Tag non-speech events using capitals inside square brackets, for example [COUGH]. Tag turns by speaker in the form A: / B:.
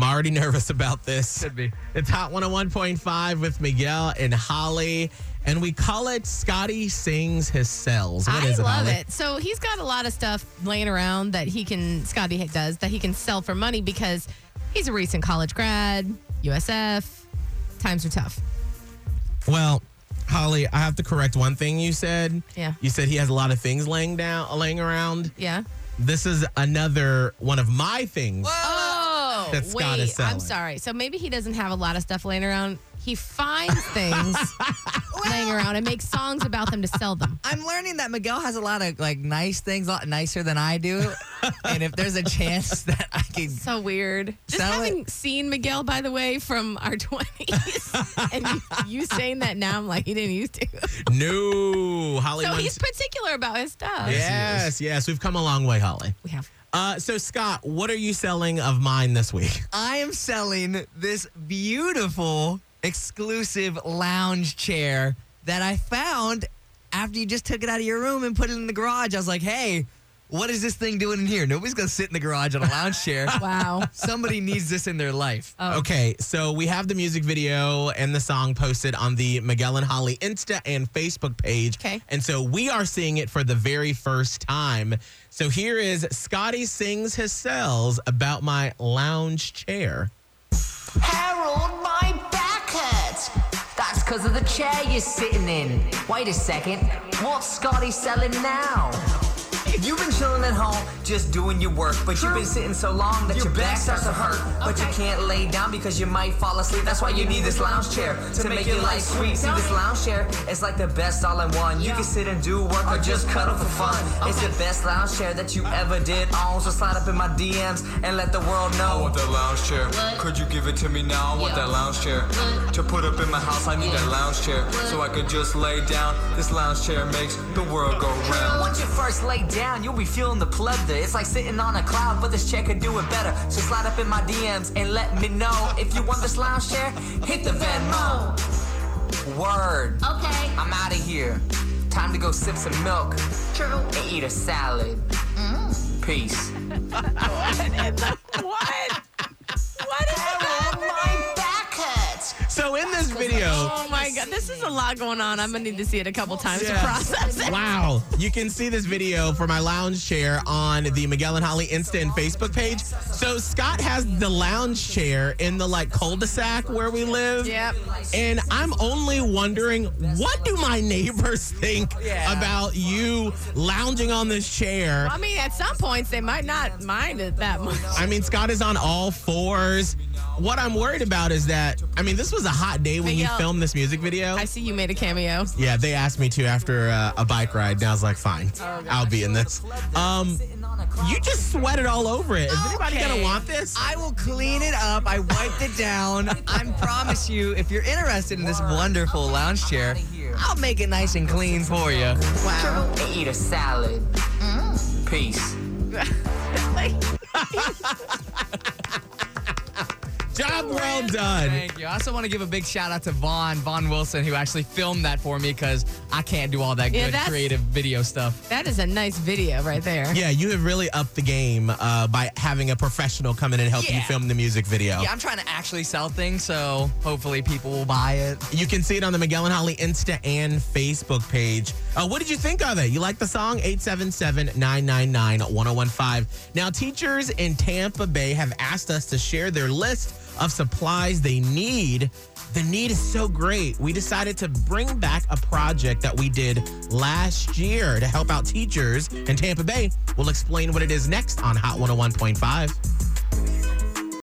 A: already nervous about this.
B: Should be.
A: It's Hot 101.5 with Miguel and Holly, and we call it Scotty Sings His Cells. What
C: I
A: is it,
C: love
A: Holly?
C: it. So he's got a lot of stuff laying around that he can, Scotty does, that he can sell for money because he's a recent college grad, USF. Times are tough.
A: Well, Holly, I have to correct one thing you said.
C: Yeah.
A: You said he has a lot of things laying down, laying around.
C: Yeah.
A: This is another one of my things.
C: Oh,
A: That Scott is
C: wait.
A: selling.
C: I'm sorry. So maybe he doesn't have a lot of stuff laying around. He finds things [LAUGHS] laying around and makes songs about them to sell them.
D: I'm learning that Miguel has a lot of like nice things, a lot nicer than I do. and if there's a chance [LAUGHS] that I can,
C: So weird. Just
D: Sell it.
C: having seen Miguel, by the way, from
A: [LAUGHS]
C: our [LAUGHS] 20s, and you, you saying that now, I'm like, he didn't used to.
A: No, Holly.
C: So
A: wants-
C: he's particular about his stuff.
A: yes, yes. We've come a long way, Holly.
C: We have.
A: Uh, so, Scott, what are you selling of mine this week?
D: I am selling this beautiful exclusive lounge chair that I found after you just took it out of your room and put it in the garage. I was like, hey, what is this thing doing in here? Nobody's gonna sit in the garage on a lounge chair.
C: Wow.
D: Somebody needs this in their life.
C: Oh.
A: Okay, so we have the music video and the song posted on the Miguel and Holly Insta and Facebook page.
C: Okay.
A: And so we are seeing it for the very first time. So here is Scotty sings his cells about my lounge chair.
E: Harold, my back hurts. That's because of the chair you're sitting in. Wait a second. What's Scotty selling now?
F: You've been chilling at home, just doing your work, but you've been sitting so long that your, back starts to hurt. But you can't lay down because you might fall asleep. That's why you need this lounge chair to make your life sweet. See, this lounge chair is like the best all in one. You can sit and do work or just cuddle for fun. It's the best lounge chair that you ever did own. So slide up in my DMs and let the world
G: I
F: know.
G: want that lounge chair. Could you give it to me now? I want that lounge chair. To put up in my house, I need that lounge chair. So I could just lay down. This lounge chair makes the world go round.
F: Once you first lay down, you'll be feeling the pleather. It's like sitting on a cloud, but this chair could do it better. So slide up in my DMs and let me know if you want this lounge chair. Hit the Venmo. Word.
E: Oh, Okay.
F: I'm out of here. Time to go sip some milk
E: True.
F: and eat a salad. Mm. Peace.
C: What?
E: Harold, my back hurts.
A: So in this video,
C: Oh my God. This is a lot going on. I'm going to need to see it a couple times to process it.
A: wow, you can see this video for my lounge chair on the Miguel and Holly Insta and Facebook page. So Scott has the lounge chair in the like cul-de-sac where we live.
C: Yep.
A: And I'm only wondering, what do my neighbors think about you lounging on this chair?
C: I mean, at some points, they might not mind it that much.
A: I mean, Scott is on all fours. What I'm worried about is that, I mean, this was a hot day when you
C: Miguel.
A: filmed this music video.
C: I see you made a cameo.
A: Yeah, they asked me to after uh, a bike ride, and I was like, fine, I'll be in this. Um, you just sweated all over it. Is anybody going to
C: Okay.
A: want this?
D: I will clean it up. I wiped it down. I promise you, if you're interested in this wonderful lounge chair, I'll make it nice and clean for you.
C: Wow.
F: and eat a salad. Mm. Peace.
A: Job well done.
D: Thank you. I also want to give a big shout out to Vaughn, Vaughn Wilson, who actually filmed that for me because I can't do all that
C: Yeah,
D: good
C: that's-
D: creative video stuff.
C: That is a nice video right there.
A: Yeah, you have really upped the game uh, by having a professional come in and help you
D: Yeah.
A: film the music video.
D: Yeah, I'm trying to actually sell things, so hopefully people will buy it.
A: You can see it on the Miguel and Holly Insta and Facebook page. Uh, what did you think of it? You like the song? 877-999-1015. Now, teachers in Tampa Bay have asked us to share their list of supplies they need. The need is so great. We decided to bring back a project that we did last year oh to help out teachers in Tampa Bay. We'll explain what it is next on Hot 101.5.